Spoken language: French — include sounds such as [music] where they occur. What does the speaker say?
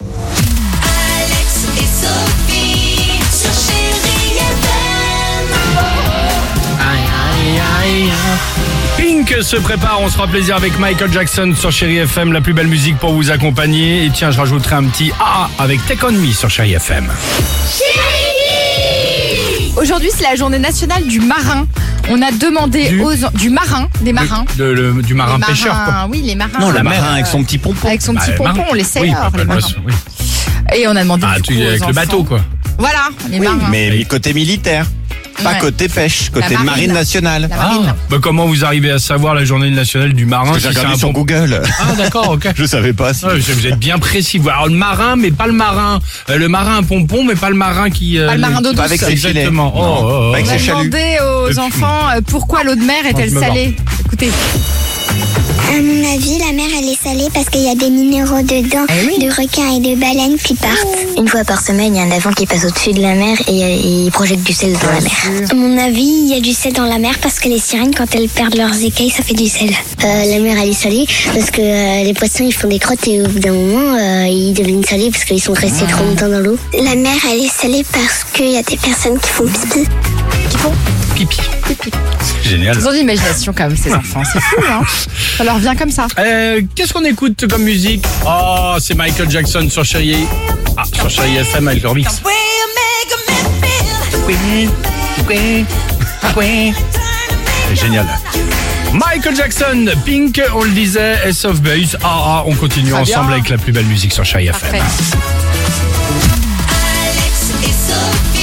Alex et Sophie sur Chérie Pink se prépare, on se fera plaisir avec Michael Jackson sur Chéri FM, la plus belle musique pour vous accompagner. Et tiens, je rajouterai un petit AA avec Take On Me sur Chéri FM. Aujourd'hui, c'est la journée nationale du marin. On a demandé Du- aux du marin, des marins. De- le- du marin Les pêcheur, quoi. marins, Oui, les marins. Non, la mer. mer avec son petit pompon. Avec son Bah, petit les pompon, hein, marins. les Oui, sailors, bah, les bah, marins. oui. Et on a demandé Ah, du tu- coup, aux avec le enfants. bateau, quoi. Voilà, les marins. Mais côté militaire, pas Ouais. côté pêche, côté marine. marine. nationale. La marine. Bah, comment vous arrivez à savoir la journée nationale du marin Parce que J'ai si c'est regardé un sur pompon Google. [laughs] Ah, d'accord, ok. Je savais pas si. Ouais, vous êtes bien précis. Alors, le marin, mais pas le marin. Euh, Le marin, un pompon, mais pas le marin qui. euh, Pas le marin d'eau Pas douce. avec ses filets. Exactement. Oh, Non, oh, oh. pas avec On ses a chaluts. demandé aux Euh, enfants euh, pourquoi l'eau de mer est-elle je me salée. Écoutez, À mon avis, la mer, elle est salée parce qu'il y a des minéraux dedans, de requins et de baleines qui partent. Une fois par semaine, il y a un avion qui passe au-dessus de la mer et il projette du sel dans la mer. À mon avis, il y a du sel dans la mer parce que les sirènes, quand elles perdent leurs écailles, ça fait du sel. Euh, la mer, elle est salée parce que euh, les poissons, ils font des crottes et au bout d'un moment, euh, ils deviennent salés parce qu'ils sont restés trop longtemps dans l'eau. La mer, elle est salée parce qu'il y a des personnes qui font pipi. Pipi. C'est génial. ils ont de l'imagination quand [laughs] même, ces enfants. C'est fou, hein Ça leur vient comme ça. Euh, qu'est-ce qu'on écoute comme musique Oh, c'est Michael Jackson sur Chéri. Ah, sur Chéri FM avec leur mix. C'est génial. Michael Jackson, Pink, on le disait, S of Base. Ah, ah, on continue Très bien. ensemble avec la plus belle musique sur Chéri FM. Parfait. Alex et Sophie.